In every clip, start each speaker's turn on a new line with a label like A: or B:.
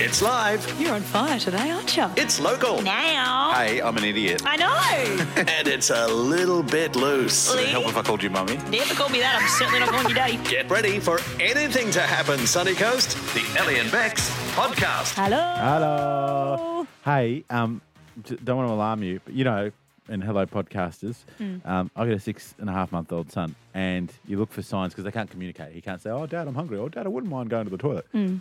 A: It's live.
B: You're on fire today, aren't you?
A: It's local.
B: Now.
A: Hey, I'm an idiot.
B: I know.
A: and it's a little bit loose.
B: Lee?
C: Help if I called you mummy.
B: Never call me that. I'm certainly not calling you daddy.
A: Get ready for anything to happen, Sunny Coast. The Ellie and Bex podcast.
B: Hello.
D: Hello. Hey, um, j- don't want to alarm you, but you know, and hello, podcasters.
B: Hmm.
D: Um, I got a six and a half month old son, and you look for signs because they can't communicate. He can't say, "Oh, Dad, I'm hungry." "Oh, Dad, I wouldn't mind going to the toilet."
B: Hmm.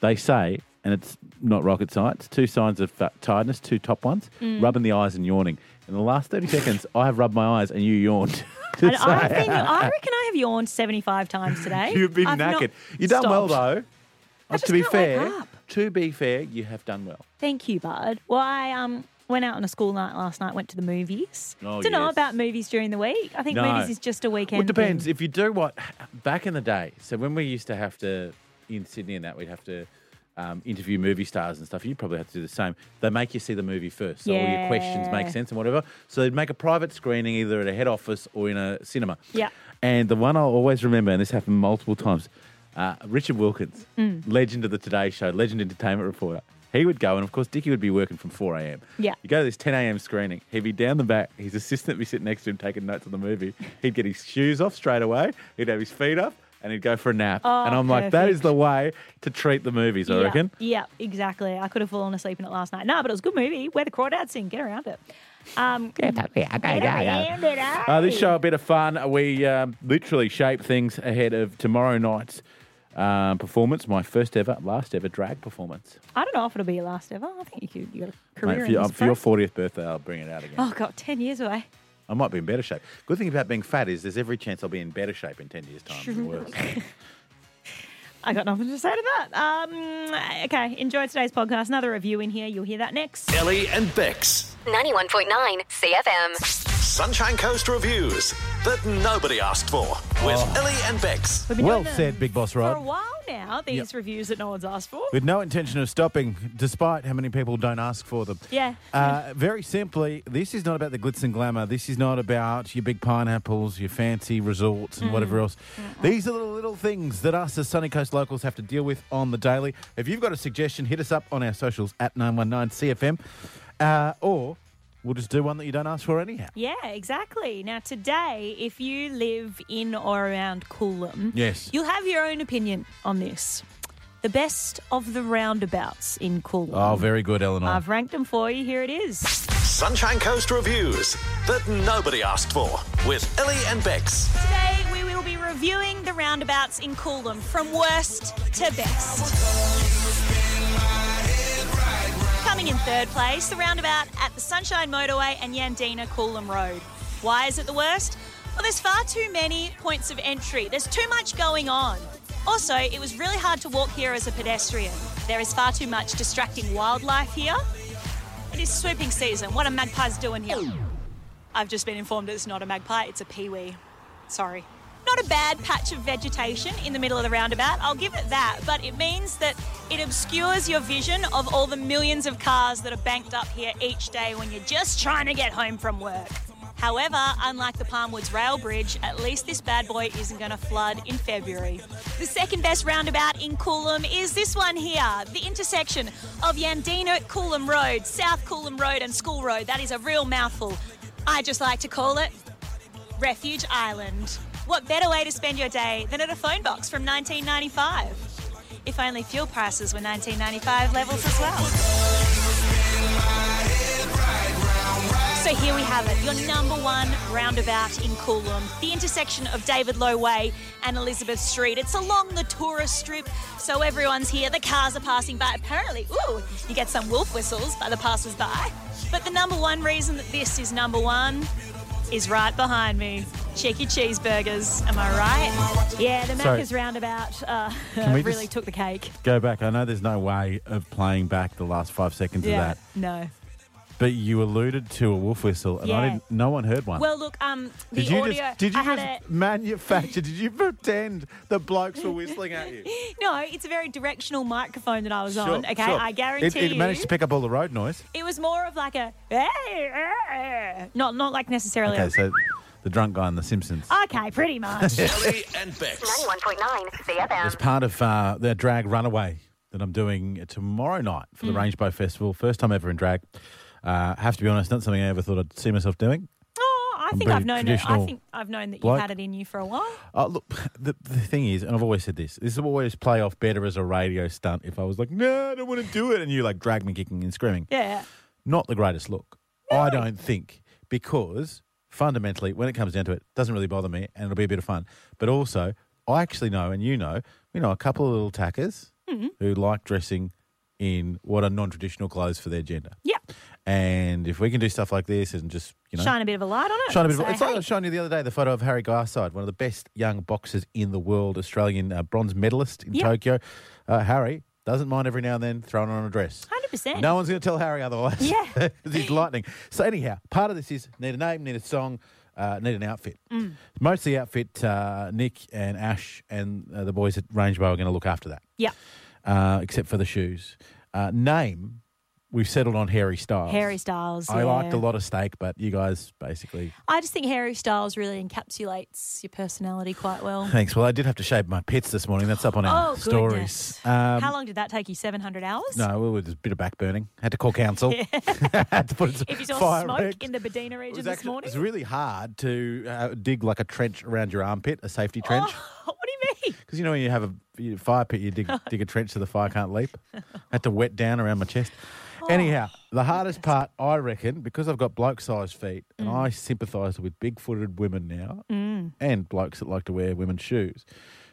D: They say, and it's not rocket science. Two signs of uh, tiredness, two top ones:
B: Hmm.
D: rubbing the eyes and yawning. In the last thirty seconds, I have rubbed my eyes, and you yawned. To
B: And I,
D: say-
B: think, I reckon I have yawned 75 times today.
D: You've been
B: I've not
D: knackered. You've done well
B: stopped.
D: though. Uh,
B: just
D: to be
B: can't wake
D: fair,
B: up.
D: to be fair, you have done well.
B: Thank you, bud. Well, I um, went out on a school night last night, went to the movies.
D: Oh,
B: Don't know
D: yes.
B: about movies during the week. I think
D: No.
B: movies is just a weekend.
D: Well, it depends.
B: thing.
D: If you do what back in the day, so when we used to have to in Sydney and that, we'd have to um, interview movie stars and stuff. You probably have to do the same. They make you see the movie first, so all your questions make
B: Yeah.
D: sense and whatever. So they'd make a private screening either at a head office or in a cinema.
B: Yeah.
D: And the one I'll always remember, and this happened multiple times, uh, Richard Wilkins,
B: Mm.
D: legend of the Today Show, legend entertainment reporter. He would go, and of course, Dickie would be working from 4 a.m.
B: Yeah.
D: You go to this 10 a.m. screening, he'd be down the back, his assistant would be sitting next to him taking notes on the movie. He'd get his shoes off straight away, he'd have his feet up, and he'd go for a nap.
B: Oh,
D: and I'm like, that is
B: perfect.
D: the way to treat the movies, I
B: yeah,
D: reckon.
B: Yeah, exactly. I could have fallen asleep in it last night. No, but it was a good movie. Where the crawdads sing. Get around it. Um, get around it.
D: Uh, this show a bit of fun. We um, literally shape things ahead of tomorrow night's um, performance. My first ever, last ever drag performance.
B: I don't know if it'll be your last ever. I think you, could, you got a career
D: Mate, for,
B: in
D: your,
B: this
D: uh, for your
B: front.
D: 40th birthday, I'll bring it out again.
B: Oh god, ten years away.
D: I might be in better shape. Good thing about being fat is there's every chance I'll be in better shape in 10 years' time. than worse.
B: I got nothing to say to that. Um, okay, enjoy today's podcast. Another review in here. You'll hear that next.
A: Ellie and Bex.
E: 91.9 CFM.
A: Sunshine Coast reviews that nobody asked for with
C: Oh.
A: Ellie and Bex.
B: We've been
D: well
B: doing them
D: said, Big Boss
B: For a
D: Rod.
B: while now, these reviews that no one's asked for.
D: With no intention of stopping, despite how many people don't ask for them.
B: Yeah.
D: Uh, very simply, this is not about the glitz and glamour. This is not about your big pineapples, your fancy resorts,
B: Mm.
D: and whatever else. These are the little things that us as Sunny Coast locals have to deal with on the daily. If you've got a suggestion, hit us up on our socials at 919CFM, uh, or we'll just do one that you don't ask for anyhow.
B: Yeah, exactly. Now, today, if you live in or around Coolum,
D: Yes.
B: you'll have your own opinion on this. The best of the roundabouts in Coolum.
D: Oh, very good, Eleanor.
B: I've ranked them for you. Here it is.
A: Sunshine Coast reviews that nobody asked for with Ellie and Bex.
B: Today, we will be reviewing the roundabouts in Coolum from worst to best. Coming in third place, the roundabout at the Sunshine Motorway and Yandina Coolum Road. Why is it the worst? Well, there's far too many points of entry, there's too much going on. Also, it was really hard to walk here as a pedestrian. There is far too much distracting wildlife here. It is swooping season. What are magpies doing here? I've just been informed it's not a magpie, it's a peewee. Sorry. Not a bad patch of vegetation in the middle of the roundabout, I'll give it that, but it means that it obscures your vision of all the millions of cars that are banked up here each day when you're just trying to get home from work. However, unlike the Palmwoods Rail Bridge, at least this bad boy isn't going to flood in February. The second best roundabout in Coolum is this one here, the intersection of Yandina Coolum Road, South Coolum Road, and School Road. That is a real mouthful. I just like to call it Refuge Island. What better way to spend your day than at a phone box from 1995? If only fuel prices were 1995 levels as well. So here we have it, your number one roundabout in Coolum, the intersection of David Lowe Way and Elizabeth Street. It's along the tourist strip, so everyone's here, the cars are passing by. Apparently, ooh, you get some wolf whistles by the passers-by. But the number one reason that this is number one is right behind me. Cheeky cheeseburgers, am I right? Yeah, the
D: Sorry.
B: Macca's roundabout uh,
D: we
B: really
D: just-
B: took the cake.
D: Go back. I know there's no way of playing back the last five seconds
B: Yeah,
D: of that,
B: no.
D: but you alluded to a wolf whistle, and I
B: Yeah.
D: didn't. No one heard one.
B: Well, look, um, the
D: did you
B: audio.
D: just did you
B: I had
D: just
B: a-
D: manufacture? Did you pretend the blokes were whistling at you?
B: No, it's a very directional microphone that I was
D: Sure,
B: on. Okay,
D: sure.
B: I
D: It-
B: guarantee
D: it,
B: you,
D: managed to pick up all the road noise.
B: it was more of like a "Hey, eh, eh," not not like necessarily.
D: Okay, so the drunk guy in The Simpsons.
B: Okay, pretty much.
A: Ellie and Bex.
E: 91.9 CFM.
D: As part of uh, their drag runaway that I'm doing tomorrow night for
B: Mm.
D: the Rangebow Festival. First time ever in drag. Uh, have to be honest, not something I ever thought I'd see myself doing.
B: Oh, I think
D: very
B: I've known it. I
D: traditional
B: think I've known that you've
D: bloke.
B: had it in you for a while.
D: Oh, look, the, the thing is, and I've always said this, this will always play off better as a radio stunt if I was like, no, I don't want to do it. And you like drag me kicking and screaming.
B: Yeah.
D: Not the greatest look, I don't think, because fundamentally, when it comes down to it, it doesn't really bother me and it'll be a bit of fun. But also, I actually know, and you know, we know a couple of little tackers
B: Mm-hmm.
D: who like dressing in what are non traditional clothes for their gender.
B: Yeah.
D: And if we can do stuff like this and just, you know,
B: Shine a bit of a light on it.
D: Showing a bit of,
B: Say,
D: it's like I
B: hey.
D: was showing you the other day the photo of Harry Garside, one of the best young boxers in the world, Australian uh, bronze medalist in
B: Yep.
D: Tokyo. Uh, Harry doesn't mind every now and then throwing on a dress.
B: 100%.
D: No one's going to tell Harry otherwise.
B: Yeah.
D: 'Cause he's lightning. So, anyhow, part of this is need a name, need a song, uh, need an outfit.
B: Mm.
D: Most of the outfit, uh, Nick and Ash and uh, the boys at Rangebow are going to look after that,
B: Yeah.
D: uh, except for the shoes. Uh, name, we've settled on Harry Styles.
B: Harry Styles.
D: I liked
B: yeah.
D: a lot of steak, but you guys basically
B: I just think Harry Styles really encapsulates your personality quite well.
D: Thanks. Well, I did have to shave my pits this morning. That's up on our
B: Oh,
D: Ah, stories. Um,
B: goodness. How long did that take you? 700 hours?
D: No, well, it was a bit of back burning. Had to call council. had to put it
B: If you saw
D: fire
B: smoke
D: wrecked.
B: in the Bedina
D: It
B: region
D: was,
B: this
D: actually-
B: morning?
D: it was really hard to uh, dig like a trench around your armpit, a safety trench.
B: Oh, what do you mean?
D: Because you know when you have a you- fire pit, you dig, dig a trench so the fire can't leap. had to wet down around my chest.
B: Oh,
D: Anyhow, the hardest part, I reckon, because I've got bloke-sized feet, and
B: Mm.
D: I sympathise with big-footed women now, and blokes that like to wear women's shoes,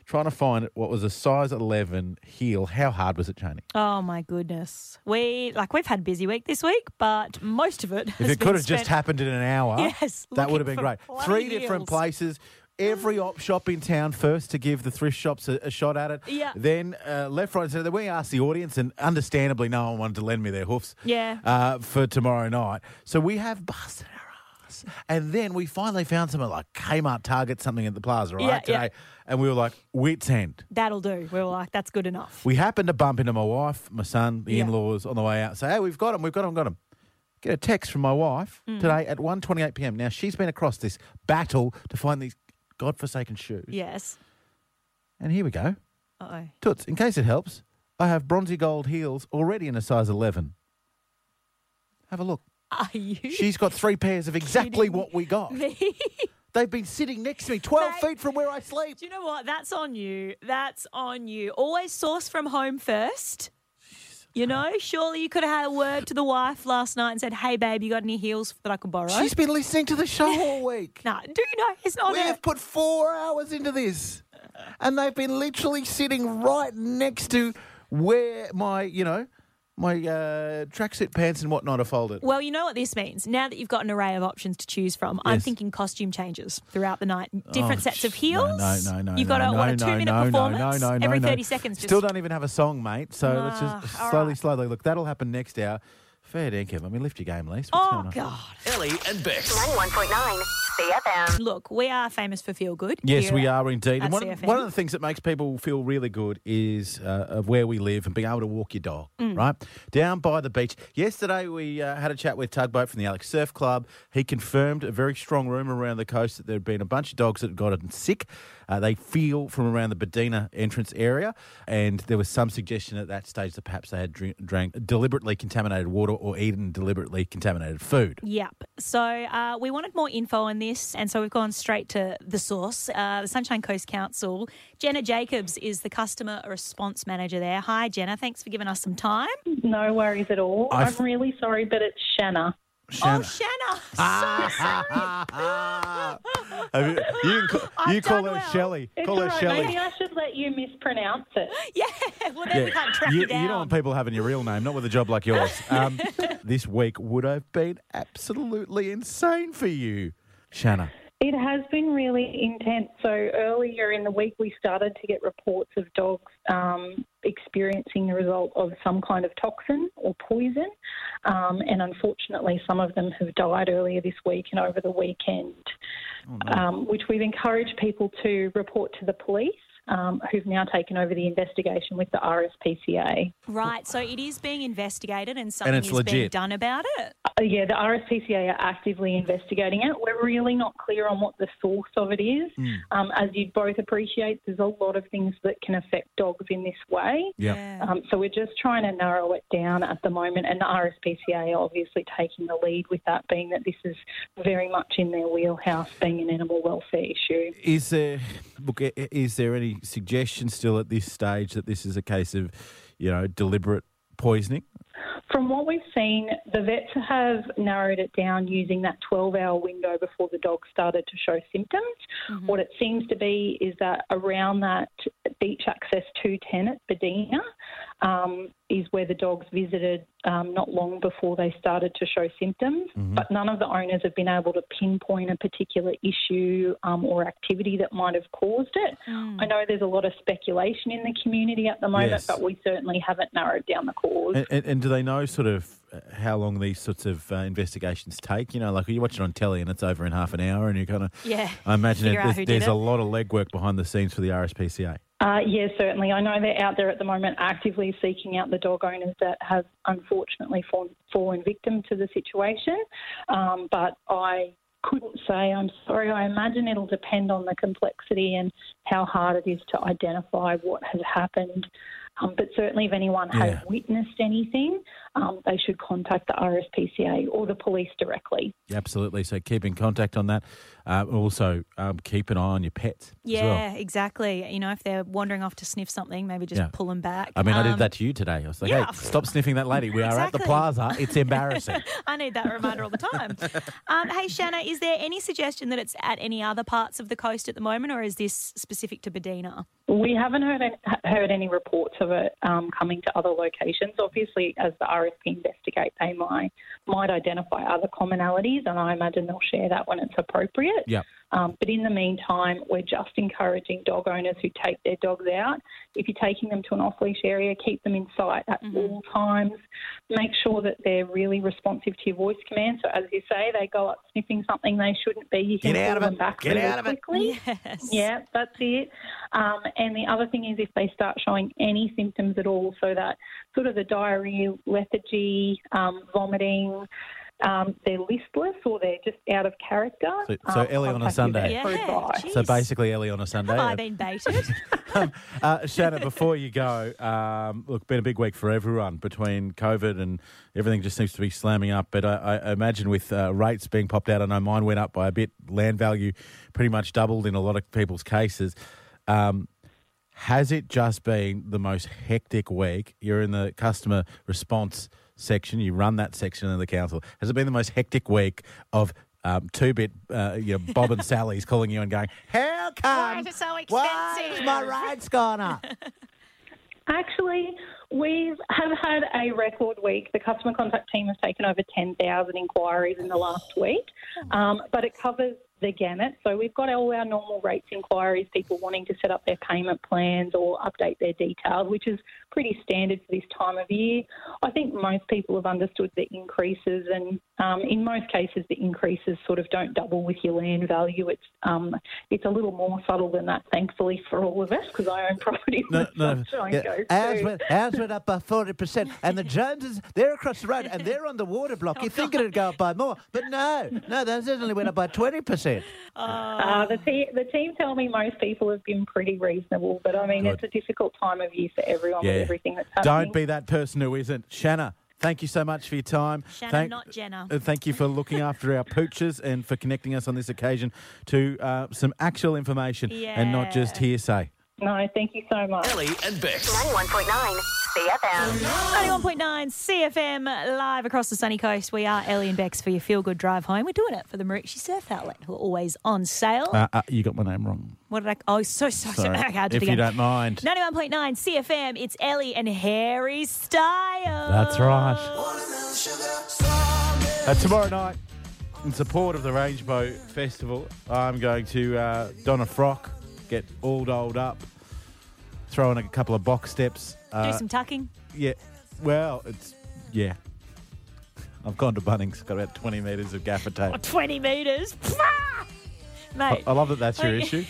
D: trying to find what was a size 11 heel. How hard was it, Cheney?
B: Oh my goodness. We like we've had a busy week this week, but most of it
D: If
B: has
D: it
B: been
D: could have just
B: spent-
D: happened in an hour,
B: Yes,
D: that would have
B: looking
D: been
B: for
D: great.
B: bloody
D: Three different
B: heels.
D: places. Every op shop in town first to give the thrift shops a, a shot at it.
B: Yeah.
D: Then uh, left, right, and centre. Then we asked the audience, and understandably, no one wanted to lend me their hoofs.
B: Yeah.
D: Uh, for tomorrow night, so we have busted our ass, and then we finally found something like Kmart, Target, something at the plaza, right?
B: Yeah, yeah.
D: today, and we were like, wits end.
B: That'll do. We were like, that's good enough.
D: We happened to bump into my wife, my son, the
B: Yeah.
D: in-laws on the way out. Say, hey, we've got them, we've got them, got them. Get a text from my wife today at 1.28 p.m. Now, she's been across this battle to find these godforsaken shoes.
B: Yes.
D: And here we go.
B: Uh oh.
D: Toots, in case it helps, I have bronzy gold heels already in a size 11. Have a look.
B: Are you
D: She's got three pairs of exactly what we got.
B: me? Do
D: They've been sitting next to me 12
B: Mate.
D: feet from where I sleep.
B: you know what? That's on you. That's on you. Always source from home first. You know, surely you could have had a word to the wife last night and said, "Hey, babe, you got any heels that I could borrow?"
D: She's been listening to the show all week.
B: Nah, do you know it's not
D: We
B: her.
D: have put four hours into this, and they've been literally sitting right next to where my, you know, my uh, tracksuit pants and whatnot are folded.
B: Well, you know what this means. Now that you've got an array of options to choose from, I'm thinking costume changes throughout the night.
D: Oh,
B: Different sets of heels. You've got a, what, a two minute performance every 30 seconds. Just,
D: Still don't even have a song, mate. So let's just
B: Ah, all
D: slowly,
B: right.
D: slowly look. That'll happen next hour. Fair dinkum. I mean, lift your game, Lise. What's going
B: oh,
D: on?
B: God.
A: Ellie and Bex.
E: 91.9 CFM.
B: Look, we are famous for feel good. uh,
D: Yes,
B: here
D: we
B: at-
D: are indeed.
B: at
D: And one,
B: CFM.
D: one of the things that makes people feel really good is uh, of where we live and being able to walk your dog,
B: Mm.
D: right? Down by the beach. Yesterday, we uh, had a chat with Tugboat from the Alex Surf Club. He confirmed a very strong rumour around the coast that there had been a bunch of dogs that had gotten sick. Uh, they feel from around the Bedina entrance area. And there was some suggestion at that stage that perhaps they had drink, drank deliberately contaminated water or eaten deliberately contaminated food.
B: Yep. So uh, we wanted more info on this, and so we've gone straight to the source, uh, the Sunshine Coast Council. Jenna Jacobs is the customer response manager there. Hi, Jenna. Thanks for giving us some time.
C: No worries at all. i
D: I've-
C: am really sorry, but it's Shanna.
B: Oh, Shanna.
D: Ah.
B: So sorry.
D: Have you, you can call, you
B: I've
D: call
B: done
D: her
B: well.
D: Shelley.
C: It's
D: Call
C: all
D: her
C: right.
D: Shelley.
C: Maybe I should let you mispronounce it.
B: Yeah, well, then we can't track
D: you,
B: you down.
D: you don't want people having your real name, not with a job like yours. Um, this week would have been absolutely insane for you, Shanna.
C: It has been really intense. So earlier in the week, we started to get reports of dogs um, experiencing the result of some kind of toxin or poison, um, and unfortunately, some of them have died earlier this week and
D: Oh,
C: over the weekend, um, which we've encouraged people to report to the police. um, who've now taken over the investigation with the RSPCA.
B: Right. So it is being investigated and something
F: it's
B: is being
F: legit.
B: done about it.
C: Uh, yeah, the RSPCA are actively investigating it. We're really not clear on what the source of it is. Um, as you both appreciate, there's a lot of things that can affect dogs in this way.
B: Yeah.
C: Um, so we're just trying to narrow it down at the moment, and the RSPCA are obviously taking the lead with that, being that this is very much in their wheelhouse, being an animal welfare issue.
D: Is there look? i- i- Is there any suggestion still at this stage that this is a case of, you know, deliberate poisoning?
C: From what we've seen, the vets have narrowed it down using that 12 hour window before the dog started to show symptoms. What it seems to be is that around that beach access 210 at Bedina um, is where the dogs visited um, not long before they started to show symptoms,
D: Mm-hmm.
C: but none of the owners have been able to pinpoint a particular issue um, or activity that might have caused it. I know there's a lot of speculation in the community at the moment,
D: Yes.
C: but we certainly haven't narrowed down the cause.
D: And, and, and do they know sort of uh, how long these sorts of uh, investigations take? You know, like you watch it on telly and it's over in half an hour, and you kind of
B: Yeah.
D: I imagine it,
B: Figure out
D: there's,
B: who did
D: there's a
B: it.
D: lot of legwork behind the scenes for the RSPCA.
C: Uh, yes, certainly. I know they're out there at the moment actively seeking out the dog owners that have unfortunately fallen, fallen victim to the situation. Um, but I couldn't say I'm sorry. I imagine it'll depend on the complexity and how hard it is to identify what has happened. Um, but certainly, if anyone
D: Yeah.
C: has witnessed anything, um, they should contact the RSPCA or the police directly.
D: Absolutely. So keep in contact on that. Uh, also, um, keep an eye on your pets. As
B: Yeah,
D: well.
B: exactly. You know, if they're wandering off to sniff something, maybe just
D: Yeah.
B: pull them back.
D: I mean, I did
B: Um,
D: that to you today. I was like,
B: yeah.
D: hey, stop sniffing that lady. We are at the
B: Exactly.
D: plaza. It's embarrassing.
B: I need that reminder all the time. um, hey, Shanna, is there any suggestion that it's at any other parts of the coast at the moment, or is this specific to Bedina?
C: We haven't heard any, heard any reports of it um, coming to other locations. Obviously, as the RSP investigate, they might might identify other commonalities, and I imagine they'll share that when it's appropriate.
D: Yep.
C: Um, but in the meantime, we're just encouraging dog owners who take their dogs out. If you're taking them to an off-leash area, keep them in sight at
D: Mm-hmm.
C: all times. Make sure that they're really responsive to your voice command. So as you say, they go up sniffing something they shouldn't be. You can
D: Get out
C: pull
D: of
C: them
D: it.
C: back
D: Get
C: really
D: out of it.
C: quickly.
B: Yes.
C: Yeah, that's it. Um, and the other thing is if they start showing any symptoms at all, so that sort of the diarrhea, lethargy, um, vomiting, um, they're listless or they're just out of character.
D: So- so
C: um,
D: Ellie on a
C: contact your
D: Sunday.
C: vet
B: Yeah.
C: for advice.
D: so
B: jeez.
D: basically, Ellie on a Sunday.
B: Have I
D: uh,
B: been baited?
D: Uh, Shannon, before you go, um, look, been a big week for everyone between COVID and everything just seems to be slamming up. But I, I imagine with uh, rates being popped out, I know mine went up by a bit. Land value pretty much doubled in a lot of people's cases. Um, has it just been the most hectic week? You're in the customer response section. You run that section of the council. Has it been the most hectic week of um, two bit, uh, you know, Bob and Sally's calling you and going, "How come?
B: is it so
D: Why
B: expensive?"
D: is my rate's gone up?"
C: Actually, we have had a record week. The customer contact team has taken over 10,000 inquiries in the last week, um, but it covers the gamut. So we've got all our normal rates inquiries, people wanting to set up their payment plans or update their details, which is pretty standard for this time of year. I think most people have understood the increases, and um, in most cases, the increases sort of don't double with your land value. It's um, it's a little more subtle than that, thankfully, for all of us, because I own property.
D: No, no.
C: Sunshine
D: yeah,
C: goes
D: Ours
C: through.
D: went, ours went up by 40%. And the Joneses, they're across the road and they're on the water block. You'd think it'd go up by more. But no, no, those only went up by 20%.
C: Uh, the, te- the team tell me most people have been pretty reasonable, but I mean,
D: Good.
C: it's a difficult time of year for everyone
D: Yeah.
C: with everything that's happening.
D: Don't be that person who isn't. Shanna, thank you so much for your time.
B: Shanna,
D: thank,
B: not Jenna.
D: uh, Thank you for looking after our pooches and for connecting us on this occasion to uh, some actual information and not just
B: Yeah.
D: hearsay.
C: No, thank you so much.
A: Ellie and Bex.
E: 91.9 CFM.
B: 91.9 CFM live across the sunny coast. We are Ellie and Bex for your feel good drive home. We're doing it for the Marucci Surf Outlet, who are always on sale.
D: Uh, uh, you got my name wrong.
B: what did I? Oh, so sorry. sorry.
D: Sorry.
B: Okay, I'll do
D: if
B: it
D: you
B: again.
D: don't mind.
B: 91.9 CFM, it's Ellie and Harry Styles.
D: That's right. Uh, tomorrow night, in support of the Rangebow Festival, I'm going to uh, don a frock, get all dolled up, throw in a couple of box steps.
B: Do
D: Uh,
B: some tucking.
D: yeah, well, it's yeah. I've gone to Bunnings, got about 20 metres of gaffer tape.
B: 20 metres. Mate.
D: I love that that's your
B: like-
D: issue.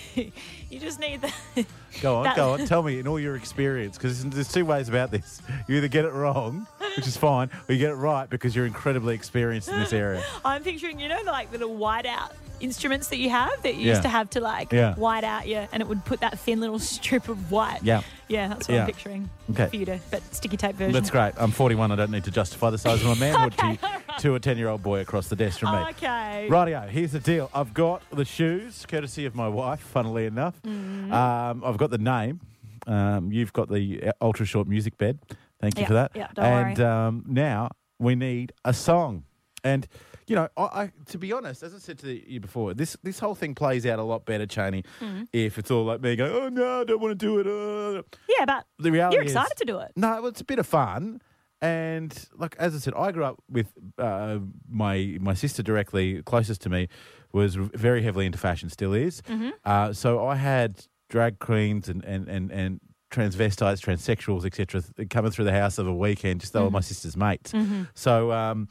B: you just need the.
D: Go on,
B: That-
D: go on. Tell me in all your experience, because there's two ways about this. You either get it wrong, which is fine, or you get it right because you're incredibly experienced in this area.
B: I'm picturing, you know, like the little white out instruments that you have that you
D: Yeah.
B: used to have to like
D: Yeah.
B: white out, yeah, and it would put that thin little strip of white.
D: Yeah.
B: Yeah, that's what
D: Yeah.
B: I'm picturing.
D: Okay.
B: For you to, but sticky tape version.
D: That's great. I'm 41. I don't need to justify the size of my manhood
B: Okay,
D: to,
B: all right.
D: to a 10 year old boy across the desk from me.
B: Okay.
D: Rightio, here's the deal. I've got the shoes, courtesy of my wife, funnily enough.
B: Mm-hmm.
D: Um, I've got the name. Um, you've got the uh, ultra short music bed. Thank you
B: Yeah,
D: for that.
B: yeah, don't
D: and
B: worry.
D: Um, now we need a song. And, you know, I, I, to be honest, as I said to you before, this, this whole thing plays out a lot better, Cheney,
B: Mm-hmm.
D: if it's all like me going, oh, no, I don't want to do it. Uh
B: Yeah, but
D: the reality
B: you're
D: is-
B: excited to do it.
D: No, well, it's a bit of fun. And like as I said, I grew up with uh, my my sister directly closest to me was r- very heavily into fashion, still is.
B: Mm-hmm.
D: Uh, so I had drag queens and and and, and transvestites, transsexuals, etc. th- coming through the house of a weekend. Just they were my
B: Mm-hmm.
D: sister's mates. So. Um,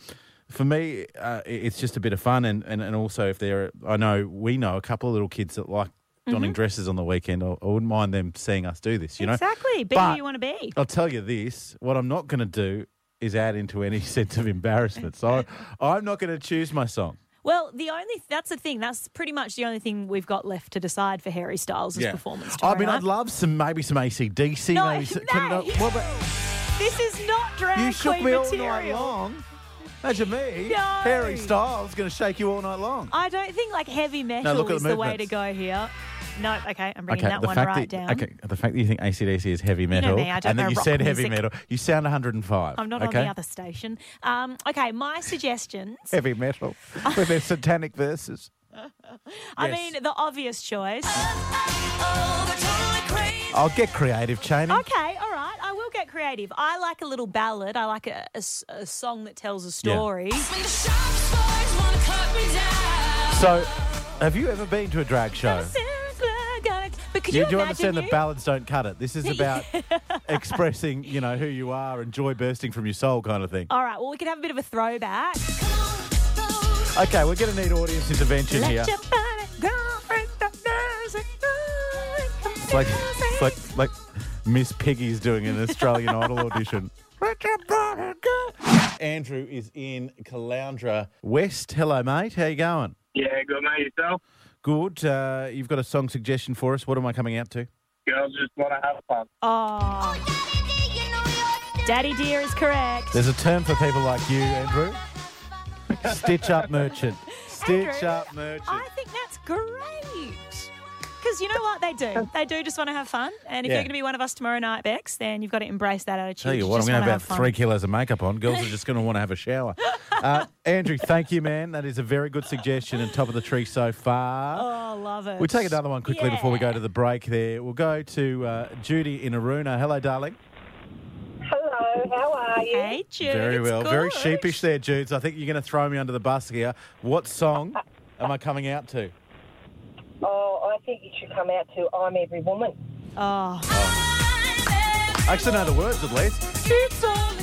D: for me, uh, it- it's just a bit of fun, and, and, and also if there, are, I know we know a couple of little kids that like
B: Mm-hmm.
D: donning dresses on the weekend. I, I wouldn't mind them seeing us do this, you know.
B: exactly. Be
D: But-
B: who you want to be.
D: I'll tell you this: what I'm not going to do is add into any sense of embarrassment. So I'm not going to choose my song.
B: Well, the only that's the thing. That's pretty much the only thing we've got left to decide for Harry Styles' performance.
D: I
B: Tomorrow
D: mean, I'd
B: night.
D: love some maybe some ACDC.
B: No,
D: maybe some-
B: no.
D: what about-
B: this is not drag
D: you shook
B: queen
D: me all night
B: material.
D: long. Imagine me,
B: No.
D: Harry Styles, going to shake you all night long.
B: I don't think like heavy metal
D: look at the
B: is the, way to
D: movements.
B: go here. No, okay, I'm bringing that one right
D: that,
B: down.
D: okay, the fact that you think ACDC is heavy metal,
B: me, I don't
D: and that
B: know
D: you
B: rock
D: said heavy
B: music.
D: metal, you sound 105.
B: I'm not
D: okay?
B: on the other station. Um, okay, my suggestions.
D: Heavy metal with their satanic verses.
B: I
D: yes.
B: mean, the obvious choice.
D: I'll get creative, Cheney.
B: Okay, all right. I will get creative. I like a little ballad. I like a, a s- a song that tells a story.
D: So, have you ever been to a drag show?
B: But could
D: Do
B: you,
D: you, do you
B: imagine
D: understand
B: you?
D: that ballads don't cut it? This is about expressing, you know, who you are and joy bursting from your soul kind of thing.
B: All right, well, we could have a bit of a throwback.
D: Okay, we're going to need audience intervention
B: Let
D: here.
B: your body go with the music.
D: It's like, it's like, like Miss Piggy's doing in an Australian Idol audition. Let your body go. Andrew is in Caloundra West. Hello, mate. How you going?
G: Yeah, good mate yourself.
D: Good. Uh, you've got a song suggestion for us. What am I coming out to?
G: Girls just want to have fun.
B: Oh, Daddy Dear is correct.
D: There's a term for people like you, Andrew. Stitch up merchant. Stitch
B: Andrew,
D: up merchant.
B: I think that's great. Because you know what they do? They do just want to have fun. And if
D: Yeah.
B: you're going to be one of us tomorrow night, Bex, then you've got to embrace that attitude.
D: Tell you what, I'm
B: just
D: going to
B: wanna
D: have about
B: fun.
D: three kilos of makeup on. Girls are just going to want to have a shower. Uh, Andrew, thank you, man. That is a very good suggestion and top of the tree so far.
B: Oh, love it.
D: We'll take another one quickly before we go to the break there. We'll go to uh, Judy in Aruna. Hello, darling.
H: Hello, how are you?
B: Hey, Jude.
D: very
B: it's
D: well. Very
B: good.
D: sheepish there, Judes. I think you're going to throw me under the bus here. What song am I coming out to?
H: Oh, I think you should come out to I'm Every Woman.
B: Oh.
D: I actually know the words at least.
B: It's all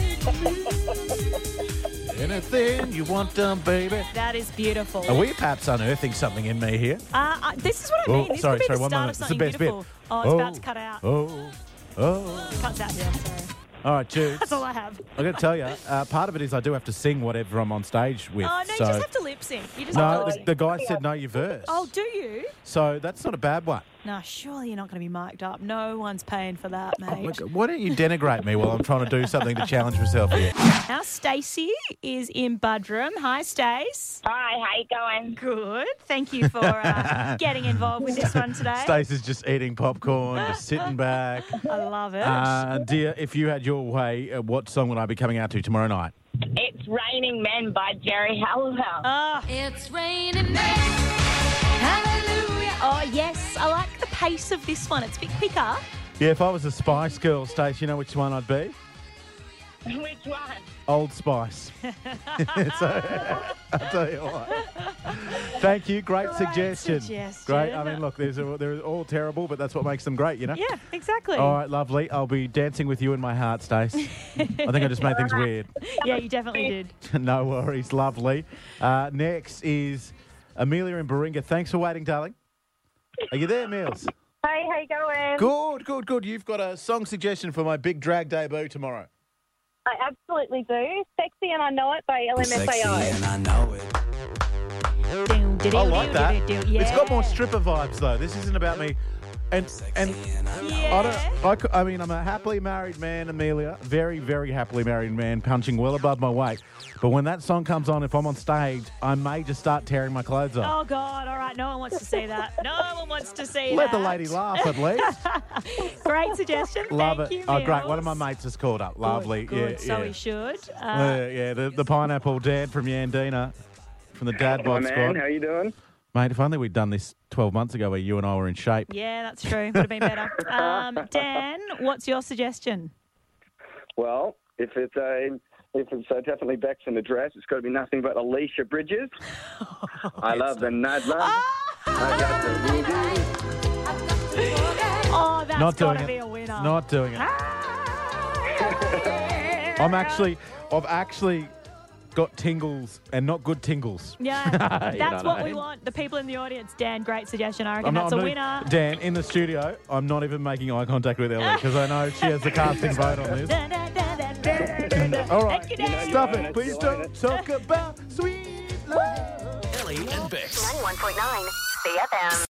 B: in you.
D: Anything you want done, baby.
B: That is beautiful.
D: Are we perhaps unearthing something in me here?
B: Uh, uh, this is what I mean.
D: Oh,
B: this could
D: sorry,
B: be
D: sorry,
B: the
D: one
B: start
D: moment.
B: of
D: It's the
B: something
D: best bit.
B: beautiful. Oh, it's about to cut out.
D: Oh, oh.
B: Cuts out, yeah, sorry.
D: All right, Jude.
B: That's all I have.
D: I'm going to tell you, uh, part of it is I do have to sing whatever I'm on stage with.
B: Oh, no,
D: so-
B: you just have to lip sync. You just
D: No,
B: have to
D: the,
B: lip
D: the
B: sync.
D: guy said no, your verse.
B: Oh, do you?
D: so that's not a bad one.
B: No, surely you're not going to be mic'd up. No one's paying for that,
D: Oh
B: mate.
D: Why don't you denigrate me while I'm trying to do something to challenge myself here?
B: Now, Stacey is in Budrum. Hi, Stace.
C: Hi, how you going?
B: Good. Thank you for uh, getting involved with this one today.
D: Stace is just eating popcorn, just sitting back.
B: I love it.
D: Uh, dear, if you had your way, uh, what song would I be coming out to tomorrow night?
C: It's Raining Men by Jerry Halliwell.
B: Ah.
I: It's raining men.
B: Hallelujah. Oh, yes. I like the pace of this one. It's a bit quicker.
D: Yeah, if I was a Spice Girl, Stace, you know which one I'd be?
C: Which one?
D: Old Spice. so, I'll tell you what. Thank you. Great,
B: Great
D: suggestion.
B: suggestion.
D: Great. I mean, look, there's a, they're all terrible, but that's what makes them great, you know?
B: Yeah, exactly.
D: All right, lovely. I'll be dancing with you in my heart, Stace. I think I just made things weird.
B: Yeah, you definitely did.
D: no worries, lovely. Uh, next is Amelia in Baringa. Thanks for waiting, darling. Are you there, Meals?
H: Hey,
I: Hi, how you going?
D: Good, good, good. You've got a song suggestion for my big drag debut tomorrow.
I: I absolutely do. Sexy and I Know It by LMFAO.
D: I know it. I like that. It's got more stripper vibes though. This isn't about me. And and I don't. I, cou- I mean, I'm a happily married man, Amelia. Very, very happily married man, punching well above my weight. But when that song comes on, if I'm on stage, I may just start tearing my clothes off.
B: Oh God! All right, no one wants to see that. No one wants to see
D: Let
B: that.
D: the lady laugh at least.
B: Great suggestion.
D: Love
B: Thank
D: it.
B: You,
D: oh, great.
B: Mills.
D: One of my mates has called up. Lovely.
B: Good.
D: Yeah,
B: so
D: yeah.
B: he should. Uh,
D: Uh, yeah, the, the pineapple dad from Yandina, from the dad bod
G: man,
D: squad.
G: how you doing?
D: Mate, if only we'd done this 12 months ago where you and I were in shape.
B: yeah, that's true. Would have been better. Um, Dan, what's your suggestion?
G: Well, if it's a if it's uh, definitely Bex in the dress, it's got to be nothing but Alicia Bridges. I love the Nudlum.
B: Ah!
G: I got the voodoo.
B: Oh, that's
D: Not doing
B: gotta
D: it.
B: be a winner.
D: Not doing it. I'm actually, I've actually got tingles and not good tingles.
B: Yeah,
D: You
B: that's
D: know
B: what
D: I
B: we
D: mean?
B: want. The people in the audience, Dan, great suggestion. I reckon
D: not,
B: that's a
D: not-
B: winner.
D: Dan, in the studio, I'm not even making eye contact with Ellie because I know she has the casting vote on this.
B: Da, da, da, da, da, da, da.
D: All right.
B: Thank you, Dan.
D: Stop
G: own
D: it.
G: it,
D: Please
G: you own
D: don't talk about sweet love.
J: Ellie and Bex.
E: 91.9 CFM.